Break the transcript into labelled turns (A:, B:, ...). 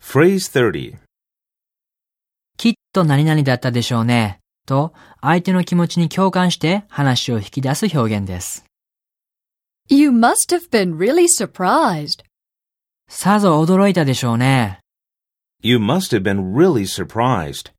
A: Phrase 30.
B: きっと何々だったでしょうね。と、相手の気持ちに共感して話を引き出す表現です。
C: You must have been really surprised.
B: さぞ驚いたでしょうね。
A: You must have been really surprised.